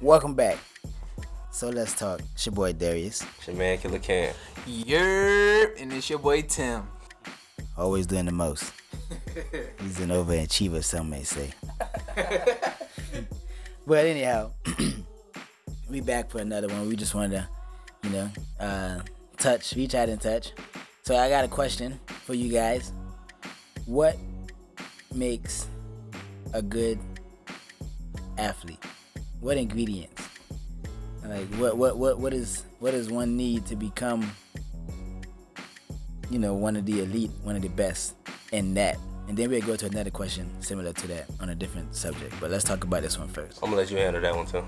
Welcome back. So let's talk. It's your boy Darius, It's your man Killer Cam. Yerp, and it's your boy Tim. always doing the most. He's an overachiever, some may say. but anyhow, we back for another one. We just wanted to, you know, uh, touch, reach out and touch. So I got a question for you guys. What makes a good athlete? What ingredients? Like what what what what is what does one need to become you know, one of the elite, one of the best in that. And then we'll go to another question similar to that on a different subject. But let's talk about this one first. I'm gonna let you handle that one too.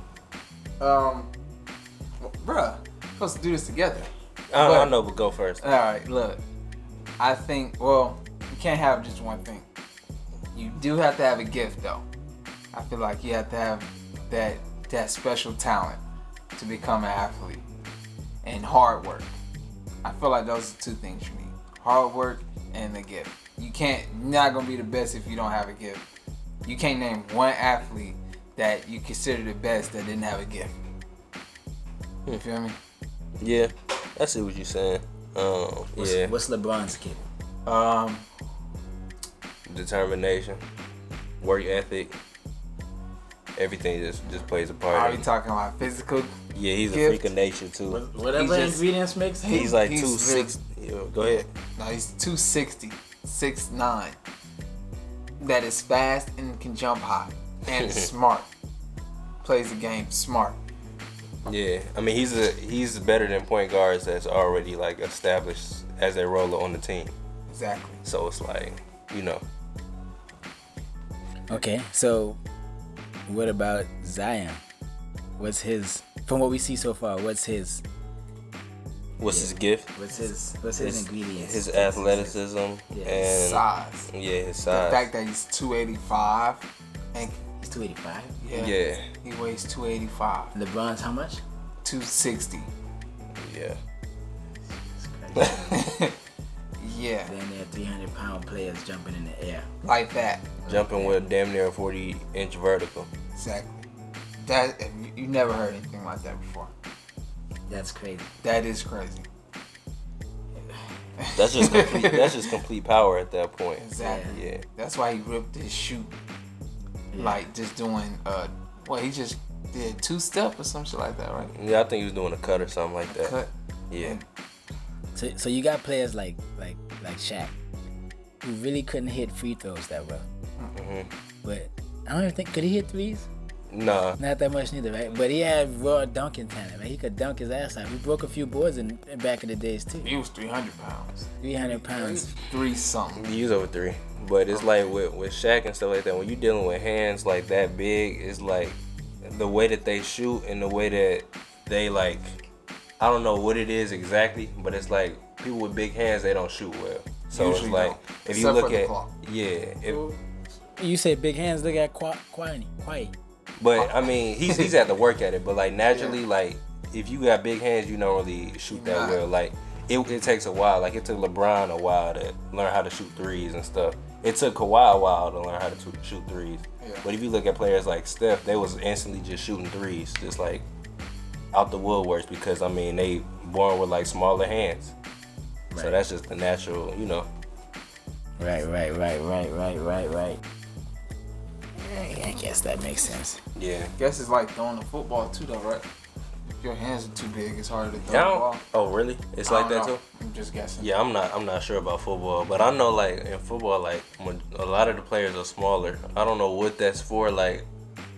Um, bruh, supposed to do this together. I, I But- know, but go first. All right, look. I think, well, you can't have just one thing. You do have to have a gift, though. I feel like you have to have that that special talent to become an athlete and hard work. I feel like those are two things you need: hard work and a gift. You can't you're not gonna be the best if you don't have a gift. You can't name one athlete that you consider the best that didn't have a gift. You feel me? Yeah, I see what you're saying. Um, What's, yeah, what's LeBron's kid? Um, determination, work ethic, everything just just plays a are part. we in it. talking about physical yeah, he's a gift? freak of nature too. Whatever He just- ingredients makes him. He's like he's two six. yeah, Go ahead. No, he's 260, 6'9. That is fast and can jump high. And is smart. Plays the game smart. Yeah, I mean he's a he's better than point guards that's already like established as a roller on the team. Exactly. So it's like you know Okay, so what about Zion? What's his? From what we see so far, what's his? what's his gift? What's his? What's his, ingredients? His athleticism and Size. yeah, his The size. fact that he's 285. And He's 285. yeah, yeah, he weighs 285. LeBron's how much? 260. yeah. yeah, Then there are 300 pound players jumping in the air. like that. Jumping with damn near a 40 inch vertical. Exactly. That you- you never heard anything like that before. That's crazy. That is crazy. That's just complete. that's just complete power at that point. Exactly. Yeah. That's why he ripped his shoe. Like just doing uh well he just did two step or some shit like that, right? Yeah, I think he was doing a cut or something like that. Cut. Yeah. So, so you got players like like like Shaq, who really couldn't hit free throws that well. Mm-hmm. But I don't even think could he hit threes? Nah. Not that much neither, right? But he had raw dunking talent. Right? He could dunk his ass out. He broke a few boards in, in back in the days too. He was three hundred pounds. Three hundred He pounds. was three something. He was over three. But it's like with, with Shaq and stuff like that, when you dealing with hands like that big, it's like the way that they shoot and the way that they like I don't know what it is exactly, but it's like people with big hands they don't shoot well. So Usually it's like don't, if you except look for the at clock. yeah, if, You say big hands. Look at Qua- Quine. Quite. But I mean, he's he's had to work at it. But like naturally, like if you got big hands, you don't really shoot that Nah. well. Like it, it takes a while. Like it took LeBron a while to learn how to shoot threes and stuff. It took Kawhi a while to learn how to shoot- shoot threes. Yeah. But if you look at players like Steph, they was instantly just shooting threes, just like out the woodworks because I mean they born with like smaller hands. So Right. that's just the natural, you know. Right, right, right, right, right, right, right. I I guess that makes sense. Yeah. Guess it's like throwing the football too though, right? If your hands are too big, it's harder to throw I the ball. don't- oh really? It's I like don't that know. too. I'm just guessing. Yeah, I'm not. I'm not sure about football, but I know like in football, like when a lot of the players are smaller. I don't know what that's for. Like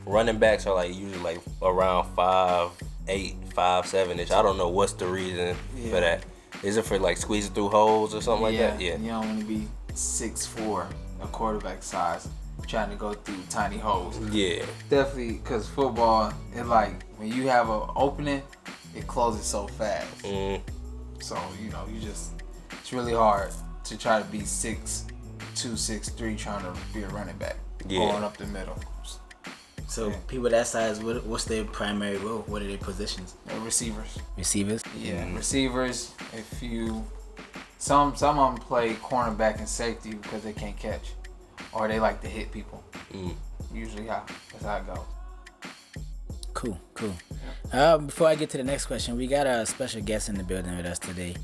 running backs are like usually like around five, eight, five, seven ish. I don't know what's the reason Yeah. for that. Is it for like squeezing through holes or something like yeah, that? Yeah. You don't want to be six four, a quarterback size, trying to go through tiny holes. Yeah. Definitely, because football, it like when you have an opening, it closes so fast. Mm, So you know, you just it's really hard to try to be six two, six three, trying to be a running back Yeah. going up the middle. So people that size, what, what's their primary role? What are their positions? Uh, receivers, Receivers. yeah, receivers. If you some some of them play cornerback and safety because they can't catch, or they like to hit people. mm. Usually, how that's how it goes. Cool, cool. Um, before I get to the next question, we got a special guest in the building with us today,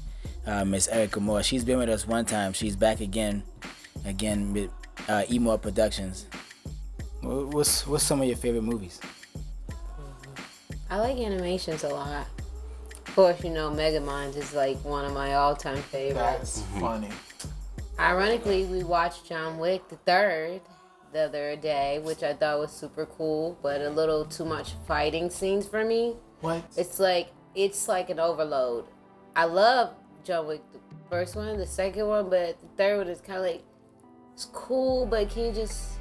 uh, Miss Erica Moore. She's been with us one time. She's back again, again with uh, Emoore Productions. Wha- What's what's some of your favorite movies? I like animations a lot. Of course, you know Megamind is like one of my all-time favorites. That's Mm-hmm. funny. Ironically, we watched John Wick the third the other day, which I thought was super cool, but a little too much fighting scenes for me. What? It's like it's like an overload. I love John Wick the first one, the second one, but the third one is kind of like it's cool, but can you just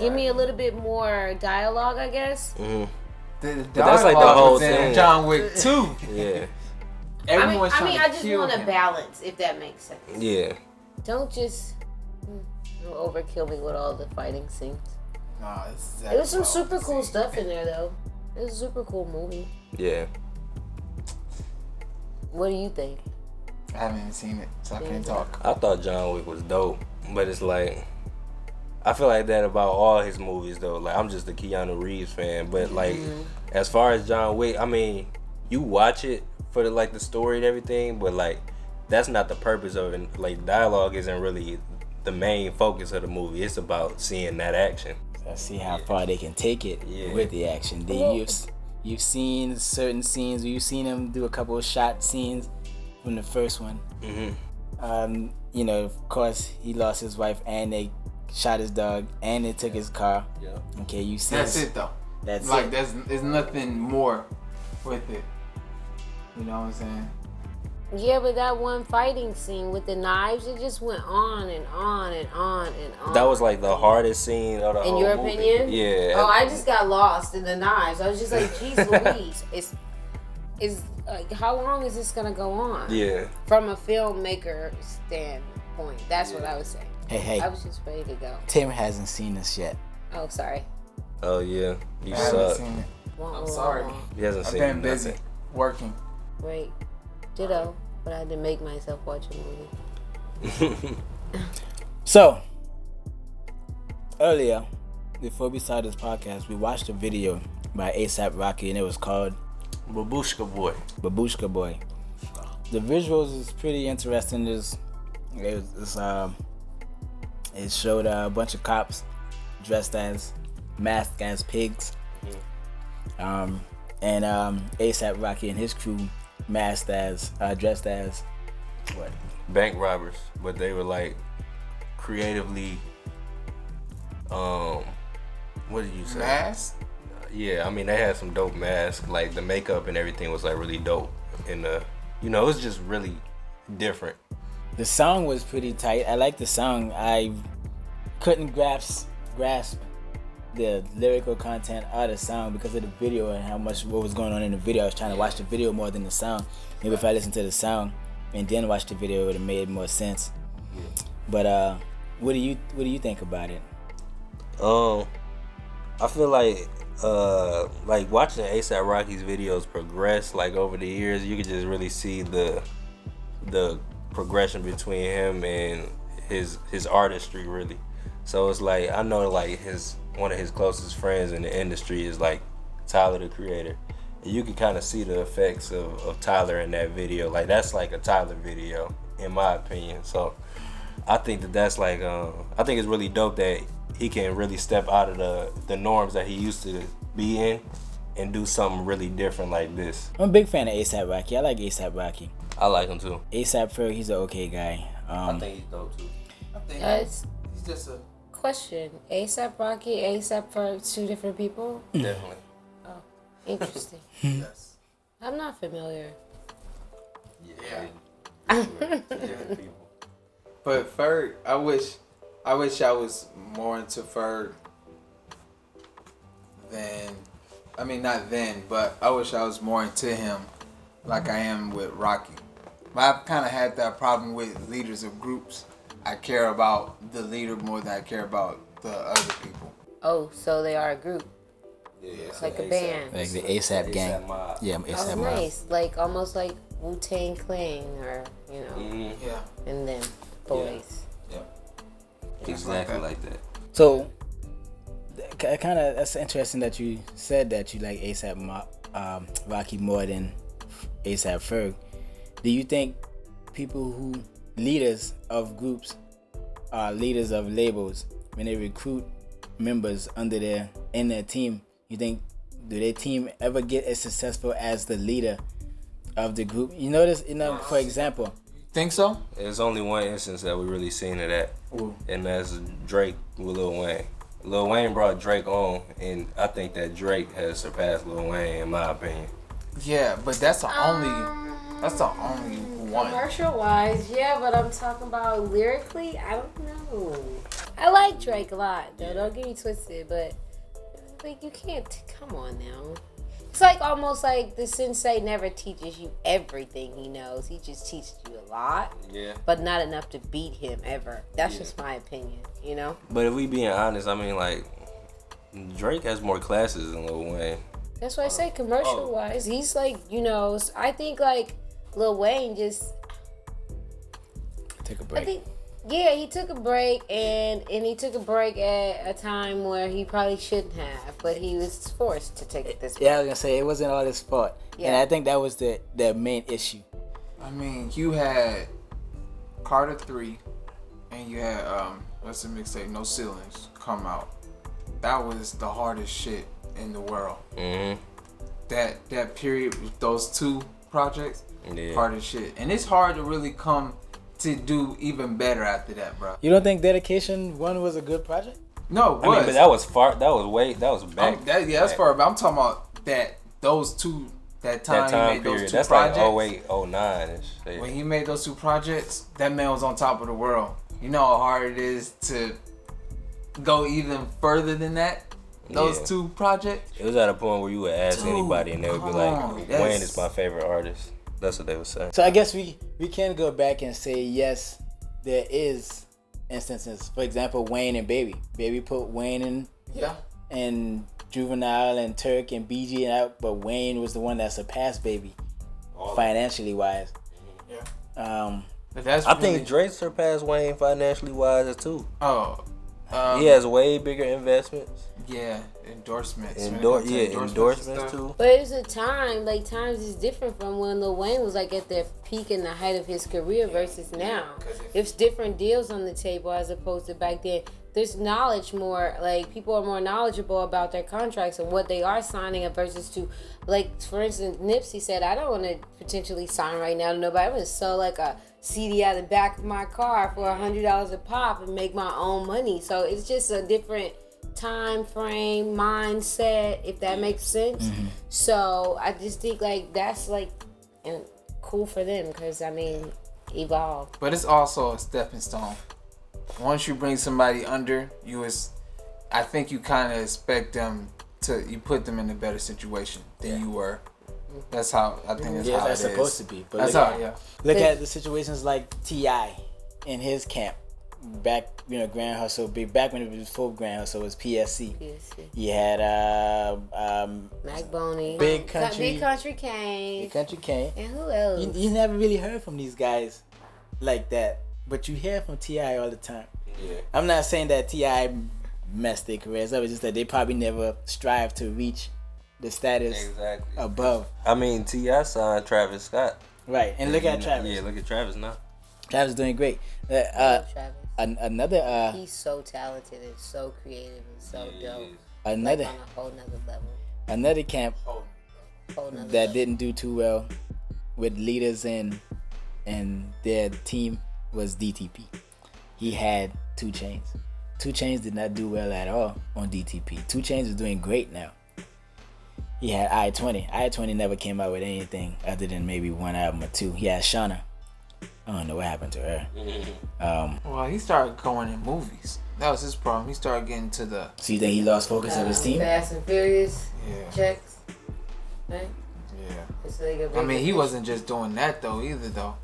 give me a little bit more dialogue, I guess? Mm-hmm. The, the that's like the dialogue whole was in thing. John Wick 2. Yeah, I mean, Everyone's I, mean, trying I to just kill want a him. balance, if that makes sense. yeah. Don't just mm, overkill me with all the fighting scenes. Nah, this is It was some actually super cool overseas. stuff in there, though. It was a super cool movie. Yeah. What do you think? I haven't even seen it, so I can't talk. I thought John Wick was dope, but it's like I feel like that about all his movies though. Like I'm just a Keanu Reeves fan, but like as far as John Wick, I mean, you watch it for the, like the story and everything, but like that's not the purpose of it. Like dialogue isn't really the main focus of the movie. It's about seeing that action. Let's see how far they can take it Yeah. with the action. Then Well- you've you've seen certain scenes. You've seen them do a couple of shot scenes from the first one. Mhm. Um, you know, of course, he lost his wife, and they shot his dog, and they took his car. Yeah. Okay, you see. That's it, though. That's like, it. there's, there's nothing more with it. You know what I'm saying? Yeah, but that one fighting scene with the knives, it just went on and on and on and on. That was like the hardest scene of the In whole your movie. opinion? Yeah. Oh, I just got lost in the knives. I was just like, geez, Louise, it's, it's like, how long is this gonna go on? Yeah. From a filmmaker standpoint, that's what I was saying. Hey, hey, I was just ready to go. Tim hasn't seen this yet. Oh, sorry. Oh yeah. You I haven't suck. seen it. Wah, I'm wah, sorry. wah. He hasn't I've seen been busy nothing. working. Great. Ditto. But I had to make myself watch a movie. So earlier, before we started this podcast, we watched a video by ASAP Rocky, and it was called Babushka boy. Babushka Boy. The visuals is pretty interesting. It's, it's, it's, um, it showed uh, a bunch of cops dressed as masked as pigs, um, and um, ASAP Rocky and his crew masked as uh, dressed as what? bank robbers, but they were like creatively um what did you say? Mask? Yeah, I mean they had some dope masks, like the makeup and everything was like really dope and uh you know, it was just really different. The song was pretty tight. I like the song. I couldn't grasp grasp the lyrical content of the song because of the video and how much what was going on in the video. I was trying to watch the video more than the song. Maybe if I listened to the song and then watched the video, it would have made more sense. But uh, what do you what do you think about it? Um, I feel like uh like watching ASAP Rocky's videos progress like over the years, you could just really see the the progression between him and his his artistry really. So it's like I know like his one of his closest friends in the industry is like Tyler the Creator. And you can kind of see the effects of, of Tyler in that video. Like that's like a Tyler video in my opinion. So I think that that's like um, I think it's really dope that he can really step out of the the norms that he used to be in and do something really different like this. I'm a big fan of ASAP Rocky. I like ASAP Rocky. I like him too. ASAP Ferg, he's an okay guy. Um, think he's dope too. I think That's he's just a. question. ASAP Rocky, ASAP for two different people? Definitely. Interesting. I'm not familiar. Yeah. But Ferg, I wish, I wish I was more into Ferg than, I mean not then, but I wish I was more into him, like I am with Rocky. But I've kind of had that problem with leaders of groups. I care about the leader more than I care about the other people. Oh, so they are a group. It's like a band. like the ASAP gang. Mob. Yeah, That was ASAP Mob. Oh, nice. Like almost like Wu Tang Clan or, you know, Mhm. Yeah. and then boys. Yeah. Exactly Okay. like that. So, kind of uh, that's interesting that you said that you like ASAP Mo- um, Rocky more than ASAP Ferg. Do you think people who leaders of groups are leaders of labels when they recruit members under their in their team? You think do their team ever get as successful as the leader of the group? You notice, you know, for example, Think so? There's only one instance that we really seen of that, and that's Drake with Lil Wayne. Lil Wayne brought Drake on, and I think that Drake has surpassed Lil Wayne in my opinion. Yeah, but that's the Um, only. That's the only one. Commercial wise, yeah, but I'm talking about lyrically. I don't know. I like Drake a lot, though. Don't get me twisted, but like you can't. Come on now. It's like almost like the sensei never teaches you everything he knows. He just teaches you a lot, Yeah. but not enough to beat him ever. That's Yeah. just my opinion, you know. But if we being honest, I mean like Drake has more classes than Lil Wayne. That's Oh. why I say commercial wise, he's like you know. s- I think like Lil Wayne just take a I break. think yeah, he took a break and and he took a break at a time where he probably shouldn't have, but he was forced to take it this way. Yeah, I was gonna say it wasn't all his fault, and Yeah. I think that was the the main issue. I mean, you had Carter three, and you had um, what's the mixtape? No ceilings come out. That was the hardest shit in the world. Mm-hmm. That that period with those two projects, Yeah. hardest shit. And it's hard to really come to do even better after that, bro. You don't think Dedication One was a good project? No, it I mean, was. but that was far. That was way. That was I'm- back. Um, that- yeah, that's back- far. But I'm talking about that those two that That time, time he made period. those two That's projects. like oh, 08, 09 and shit. When he made those two projects, that man was on top of the world. You know how hard it is to go even further than that. Those Yeah. two projects. It was at a point where you would ask Dude, anybody and they would be come like, on, Wayne that's- is my favorite artist. That's what they would say. So I guess we we can go back and say yes, there is instances. For example, Wayne and Baby. Baby put Wayne in Yeah. and Juvenile and Turk and BG and out, but Wayne was the one that surpassed Baby financially wise. Yeah. Um, But that's I really- think Drake surpassed Wayne financially wise too. Oh. Um, He has way bigger investments, Yeah. Endorsements. When it endor- comes to yeah, and endorsements stuff. too. But it's a time, like times is different from when Lil Wayne was like at the peak and the height of his career versus now. 'cause if- It's different deals on the table as opposed to back then. There's knowledge more, like people are more knowledgeable about their contracts and what they are signing up versus to, like for instance, Nipsey said, I don't want to potentially sign right now to nobody. I'm gonna sell like a CD out of the back of my car for a hundred dollars a pop and make my own money. So it's just a different time frame mindset if that makes sense so i just think like that's like and cool for them because i mean evolve But it's also a stepping stone. Once you bring somebody under, you is, I think you kind of expect them to. You put them in a better situation than you were. That's how I think. That's yeah, how that's it is. supposed to be. But That's look, how. Yeah. look at the situations like Ti in his camp back, you know, Grand Hustle. be- Back when it was before Grand Hustle it was PSC. He had uh, um, mac boney Big Co- Country. big country kane Country Kane. and who else You, you never really heard from these guys like that, but you hear from Ti all the time. Yeah. I'm not saying that Ti messed their careers up. It's just that they probably never strive to reach the status Exactly. above. I mean, Ti signed Travis Scott. Right, and look You at know- Travis. Yeah, look at Travis now. Travis doing great. Uh, uh, travis an- another, uh, he's so talented and so creative and so dope like on another, a whole nother level another camp whole nother that level. didn't do too well with leaders and and their team was DTP. He had two chains. Two chains did not do well at all on DTP. Two chains is doing great now. He had I twenty. I twenty never came out with anything other than maybe one album or two. He had Shauna. I don't know what happened to her. Um, Well, he started going in movies. That was his problem. He started getting to the. so you think he lost focus of his Um, team? fast and furious Yeah. checks right Yeah. It's like a I mean, he big- wasn't just doing that though either though.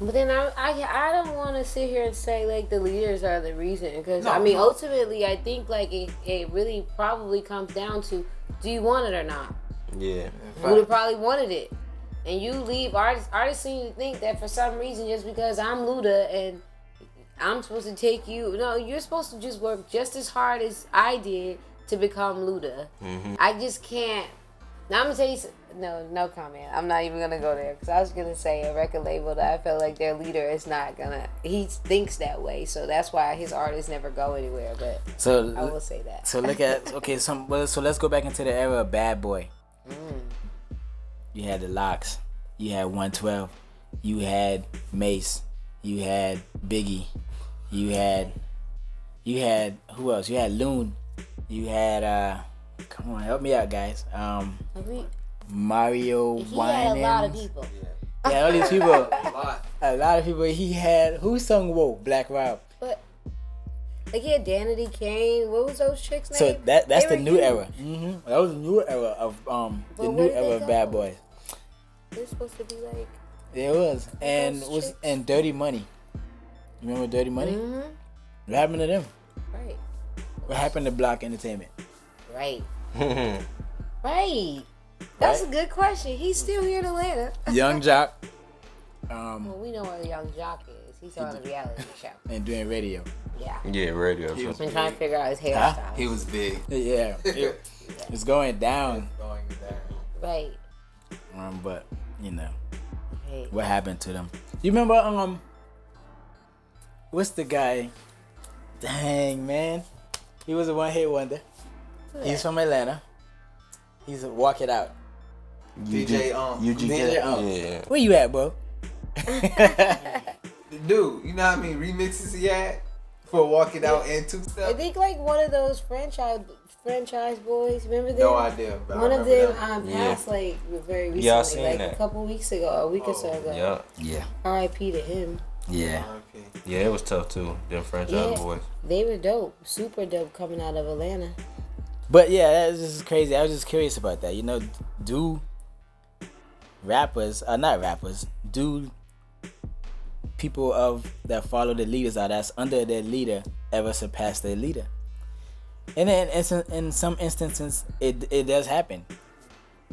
But then I, I, I don't want to sit here and say like the leaders are the reason because I No, mean no. ultimately I think like it, it really probably comes down to do you want it or not. Yeah. You would have probably wanted it, and you leave artists. Artists seem to think that for some reason just because I'm Luda and I'm supposed to take you. No, you're supposed to just work just as hard as I did to become Luda. Mm-hmm. I just can't. Now I'm gonna tell you. s- No, no comment. I'm not even gonna go there because I was gonna say a record label that I felt like their leader is not gonna. He thinks that way, so that's why his artists never go anywhere. But I So will say that. so look at okay. Some well, so let's go back into the era of Bad Boy. Mm. You had the Locks. You had 112. You had Mace. You had Biggie. You had you had who else? You had Loon. You had uh come on, help me out guys. Um We- Mario He had a lot of Winans. people. Yeah, all these people. A lot. A lot of people. He had who sung "Whoa" Black Rob. But like he had Danity Kane. What was those chicks' name? So that that's They the were new huge. era. hmm That was the new era of um the But new where did era they of Bad go? Boys. They're supposed to be like. It was and Those was chicks. and Dirty Money. You remember Dirty Money? Mm-hmm. What happened to them? Right. What happened to Block Entertainment? Right. Right. That's a good question. He's still here in Atlanta. Young Jock, um, Well, we know where young jock is. He's on a reality show. and doing radio. Yeah. yeah, radio. He so- was, I'm trying to figure out his Huh? hairstyle. he was big. Yeah, it- it's going down. Going there. Right. Um, but you know Right. what happened to them? You remember um, what's the guy? Dang man, he was a one hit wonder. He's from Atlanta. He's a walk it out. DJ um UG DJ yeah. Ump. yeah. Where you at, bro? dude, you know what I mean? Remixes he had for walking out and two I step. think like one of those franchise franchise boys. Remember them? No idea. But I One of remember them that. um, Yeah. passed like very recently, Yeah, I seen like a that. couple weeks ago, a week or so Oh, ago. Yeah. Yeah, R.I.P. to him. yeah. R.I.P. Yeah, it was tough too. Them franchise Yeah. boys. They were dope, super dope coming out of Atlanta. But yeah, that's just crazy. I was just curious about that. You know, do rappers, uh, not rappers, do people of that follow the leaders or that's under their leader ever surpass their leader? And then in, some- in some instances, it it does happen.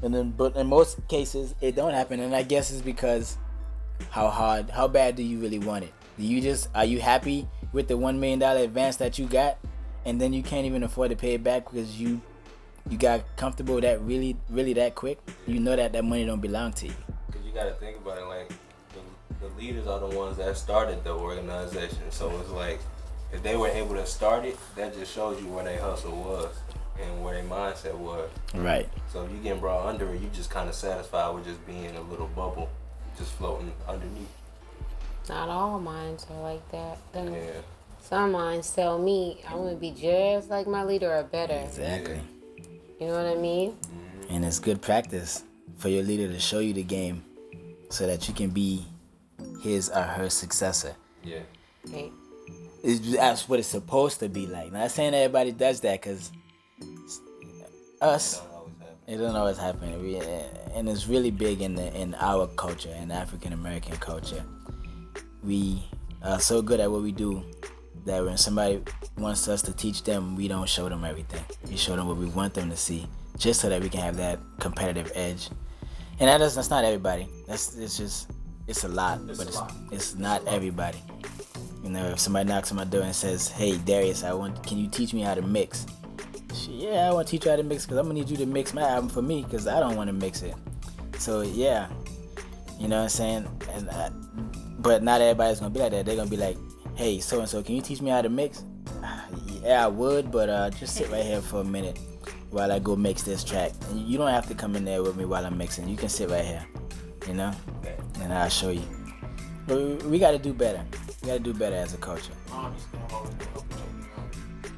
And then, but in most cases, it don't happen. And I guess it's because how hard, how bad do you really want it? Do you just are you happy with the one million dollar advance that you got, and then you can't even afford to pay it back because you you got comfortable that really really that quick? You know that that money don't belong to you. Cause you gotta think about it, like the, the leaders are the ones that started the organization. So it's like if they were able to start it, that just shows you where their hustle was and where their mindset was. Right. So if you getting brought under it, you just kind of satisfied with just being in a little bubble, just floating underneath. Not all minds are like that. though. Yeah. Some minds tell me I'm gonna be just like my leader or better. Exactly. You know what I mean? And it's good practice for your leader to show you the game, so that you can be his or her successor. Yeah. Right. It's, that's what it's supposed to be like. Not saying everybody does that, cause us. Don't always happen. It doesn't always happen, We- eh, and it's really big in the, in our culture, in African American culture. We are so good at what we do that when somebody wants us to teach them, we don't show them everything. We show them what we want them to see, just so that we can have that competitive edge. And that does that's not everybody. That's it's just it's a lot, but it's it's not everybody. You know, if somebody knocks on my door and says, "Hey, Darius, I want, can you teach me how to mix?" Shit, yeah, I want to teach you how to mix because I'm gonna need you to mix my album for me because I don't want to mix it. So yeah, you know what I'm saying. And I, but not everybody's gonna be like that. They're gonna be like, hey, so and so, can you teach me how to mix? "Ah, Yeah, I would, but uh, just sit right here for a minute while I go mix this track. And you don't have to come in there with me while I'm mixing. You can sit right here, you know, and I'll show you. But we, we gotta do better. We gotta do better as a culture.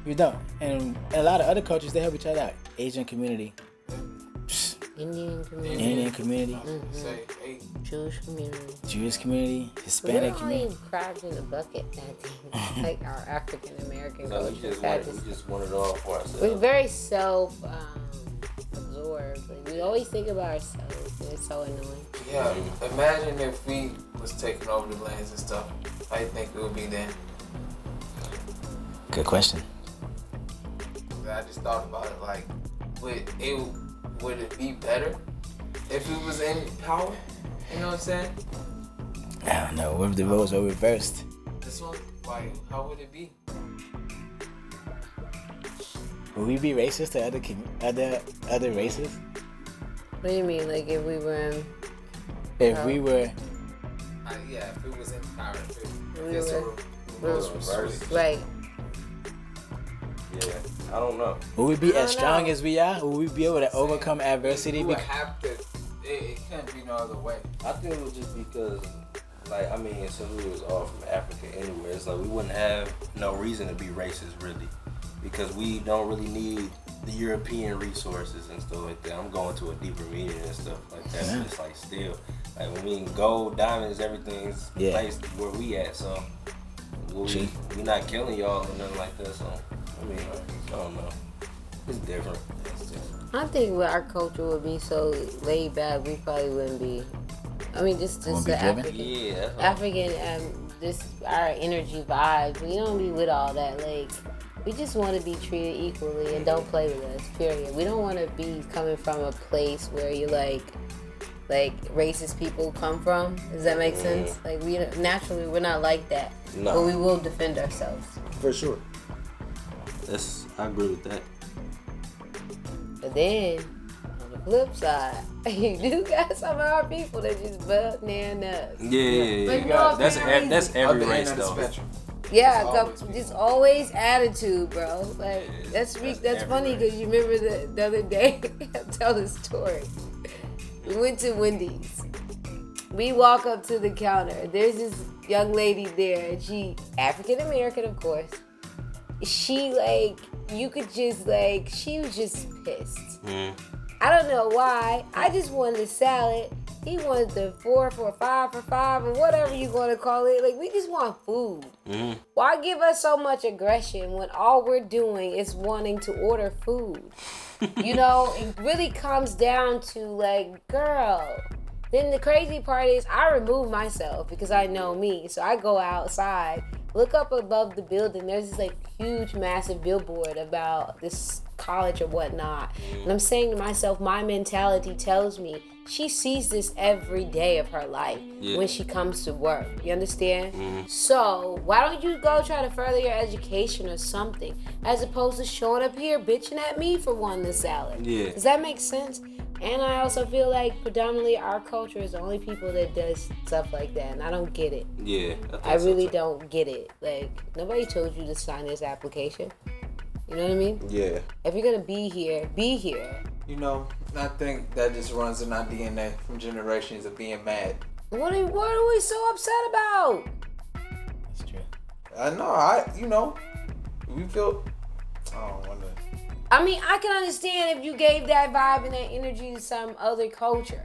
We don't. And a lot of other cultures, they help each other out. Asian community, Indian community, Indian community, Say, hey, Jewish community. Jewish community, We're Hispanic only community. crabs in a bucket, I think. like our African American No, we culture. just I want just- we just want it all for We're ourselves. very self um, absorbed. Like, we always think about ourselves, and it's so annoying. yeah. Imagine if we was taking over the lands and stuff. How you think we would be then? Good question. I just thought about it. Like, would it would it be better if it was in power? You know what I'm saying? I don't know. What if the roles were reversed? This one, like, how would it be? Would we be racist to other com- other other races What do you mean? Like if we were in if No. we were? I, yeah, if it was in power, if it, We if it's a were- ru- we rules were were reversed. switched. right? Yeah, I don't know. Would we be I as don't strong know. as we are? Would we be able to overcome adversity? You would bec- have to. It, it couldn't be no other way. I think it was just because, like, I mean, since we was all from Africa anyway, it's like we wouldn't have no reason to be racist, really, because we don't really need the European resources and stuff like that. I'm going to a deeper meaning and stuff like that. Yeah. But it's like still, like, when we in gold, diamonds, everything's Yeah. placed where we at. So we Gee. we not killing y'all or nothing like that. So I mean, I don't know. It's different. It's different. I think what our culture would be so laid back, we probably wouldn't be. I mean, just Won't just be the driven? African, Yeah, that's what I'm African, um, just our energy vibes. We don't be with all that. Like, we just want to be treated equally and don't play with us. Period. We don't want to be coming from a place where you like, like racist people come from. Does that make sense? Like, we don't- naturally we're not like that, No. but we will defend ourselves. For sure. That's I agree with that. But then, on the flip side, you do got some of our people that just bug man up. Yeah, yeah, yeah. But yeah. no, that's apparently- ev- that's every Other end race of the though. spectrum. Yeah, It's come- always people. just always attitude, bro. Like Yeah, that's re- that's that's funny everywhere. because you remember the, the other day. I tell the story. We went to Wendy's. We walk up to the counter. There's this young lady there, and she African American, of course. She like you could just like she was just pissed. Mm. I don't know why. I just wanted a salad. He wanted the four for five for five or whatever you want to call it. Like we just want food. Mm. Why give us so much aggression when all we're doing is wanting to order food? you know, it really comes down to like, girl. Then the crazy part is I remove myself because I know me. So I go outside, look up above the building. There's this like huge, massive billboard about this college or whatnot. And I'm saying to myself, my mentality tells me she sees this every day of her life Yeah. when she comes to work. You understand? So why don't you go try to further your education or something as opposed to showing up here bitching at me for wanting this salad? Yeah. Does that make sense? And I also feel like predominantly our culture is the only people that does stuff like that, and I don't get it. Yeah, think I so, really too. don't get it. Like nobody told you to sign this application. You know what I mean? Yeah, If you're gonna be here, be here. You know, I think that just runs in our DNA from generations of being mad. What are, what are we so upset about? That's true. I know. I you know, we feel. I don't want to. I mean, I can understand if you gave that vibe and that energy to some other culture,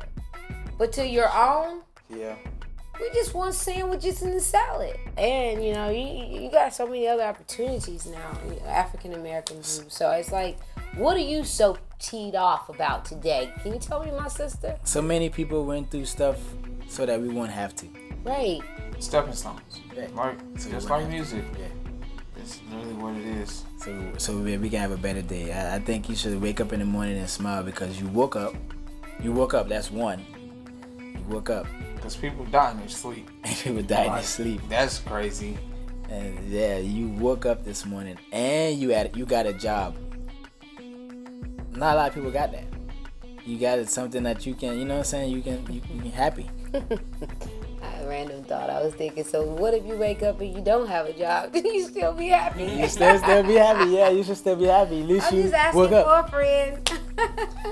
but to your own, Yeah. we just want sandwiches and a salad. And you know, you you got so many other opportunities now, African Americans. So it's like, what are you so teed off about today? Can you tell me, my sister? So many people went through stuff so that we won't have to. Right. Stepping stones. Right. Like So just what happened? like music. Yeah. It's literally what it is. So so we, we can have a better day. I, I think you should wake up in the morning and smile because you woke up. You woke up. That's one. You woke up Cause people die in their sleep. and people died in their Like, sleep. That's crazy. And yeah, you woke up this morning and you had you got a job. Not a lot of people got that. You got it something that you can, you know what I'm saying? You can you, you can happy. I random thought I was thinking. So what if you wake up and you don't have a job? Can you still be happy? You still still be happy. Yeah, you should still be happy. At least I'm you just asking woke for up. a friend.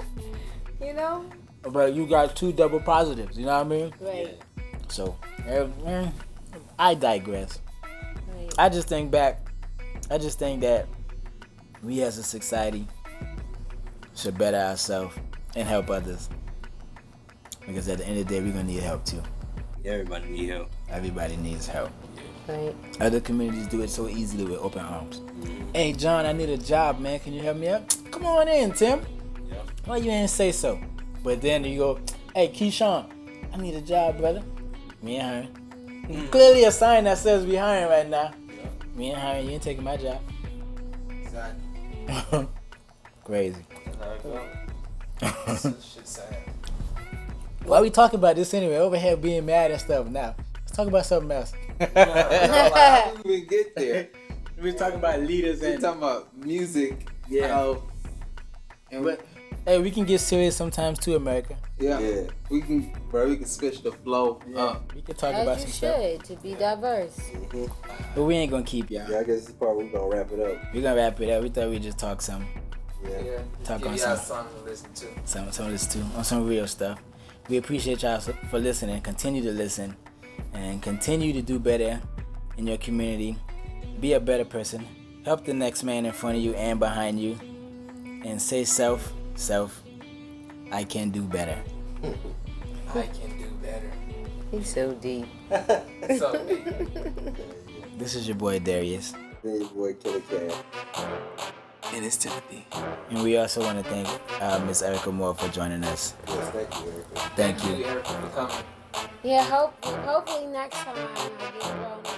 you know. But you got two double positives, you know what I mean? Right. So, eh, eh, I digress. Right. I just think back. I just think that we as a society should better ourselves and help others. Because at the end of the day, we're gonna need help too. everybody need help. Everybody needs help. Right. Other communities do it so easily with open arms. Mm. Hey, John, I need a job, man. Can you help me out? Come on in, Tim. Yeah. Why you ain't say so? But then you go, hey, Keyshawn, I need a job, brother. Me and her. Mm. Clearly a sign that says we hiring right now. Me and her, you ain't taking my job. Exactly. Crazy. That's how I feel. shit sad. Why we talking about this anyway? Over here being mad and stuff now. Let's talk about something else. How did we even get there? we was talking about leaders We're talking about music Yeah. know, and we, But hey, we can get serious sometimes too, America. yeah, Yeah. we can, bro, we can switch the flow up. We can talk about As some you stuff, should, to be diverse. Mhm. but we ain't gonna keep y'all. Yeah, I guess this part we're gonna wrap it up. We're gonna wrap it up. We thought we'd just talk some, Yeah. just Talk give on y'all some. something to listen to. some, some of this too, on some real stuff. We appreciate y'all so- for listening. Continue to listen, and continue to do better in your community. Be a better person. Help the next man in front of you and behind you, and say self, self, I can do better. I can do better. He's so deep. So me. This is your boy Darius. Then your boy Killer Cat. and it's Timothy. And we also want to thank uh, Miss Erica Moore for joining us. Yes, thank you, Erica. Thank you. Erica, for coming. Yeah, hope, hopefully next time I get thrown out.